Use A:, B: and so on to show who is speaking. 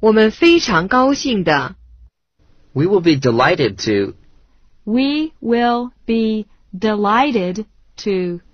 A: 我们非常高兴的。
B: We will be delighted to
C: We will be delighted to